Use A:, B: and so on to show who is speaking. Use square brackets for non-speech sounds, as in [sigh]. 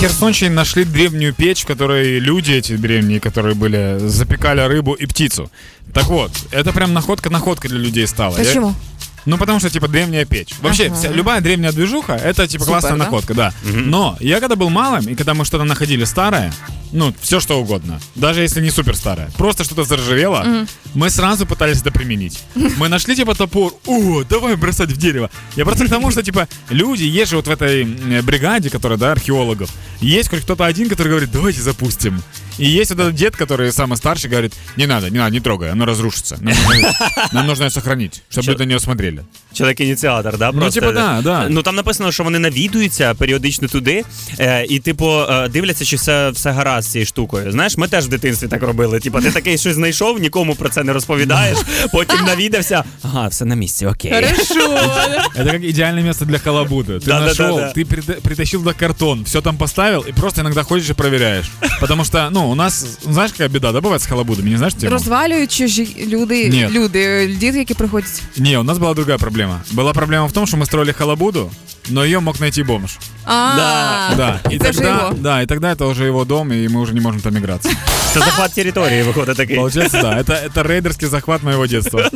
A: Херсонщине нашли древнюю печь, в которой люди эти древние, которые были, запекали рыбу и птицу. Так вот, это прям находка-находка для людей стала. Я-
B: Почему?
A: Ну, потому что, типа, древняя печь. Вообще,
B: Ага.
A: вся- любая древняя движуха — это, типа,
B: Супер,
A: классная
B: да?
A: находка, да. Но я когда был малым, и когда мы что-то находили старое, ну, все что угодно, даже если не супер старое, просто что-то заржавело, мы сразу пытались это применить. Мы нашли, типа, топор, о, давай бросать в дерево. Я просто к тому, что, типа, люди, есть же вот в этой м, бригаде, которая, да, археологов, есть хоть кто-то один, который говорит, давайте запустим. И есть вот этот дед, который самый старший, говорит, не надо, не надо, не трогай, оно разрушится. Нам нужно, нам нужно её сохранить, щоб
C: Чё?
A: люди не осмотрели.
C: Чоловік-ініціатор, да? просто?
A: типа, типу, да, да.
C: Ну там написано, що вони навідуються періодично туди е, і, типу, е, дивляться, чи все, все гаразд з цією штукою. Знаєш, ми теж в дитинстві так робили. Типа, ти такий щось знайшов, нікому про це
A: [laughs]
C: не розповідаєш, потім навідався. Ага, все на місці, окей.
B: Хорошо.
A: Это как идеальное место для халабута. Ты
C: Да-да-да-да.
A: нашел, ты прита- притащил до картон, все там поставил и просто иногда ходишь и проверяешь. Потому что, ну, у нас, знаешь, какая беда, да, бывает с халабудами, не знаешь тему?
B: Розвалюють чужі люди,
A: Ні.
B: люди, э, діти, які приходять.
A: Не, у нас была другая проблема. Была проблема в том, что мы строили халабуду, но ее мог найти бомж.
B: А,
A: Да. И
B: це вже
A: тогда,
B: його.
A: да, и тогда это уже его дом, и мы уже не можем там играться.
C: Це захват території, виходить такий.
A: Получается, да, это, это рейдерский захват моего детства.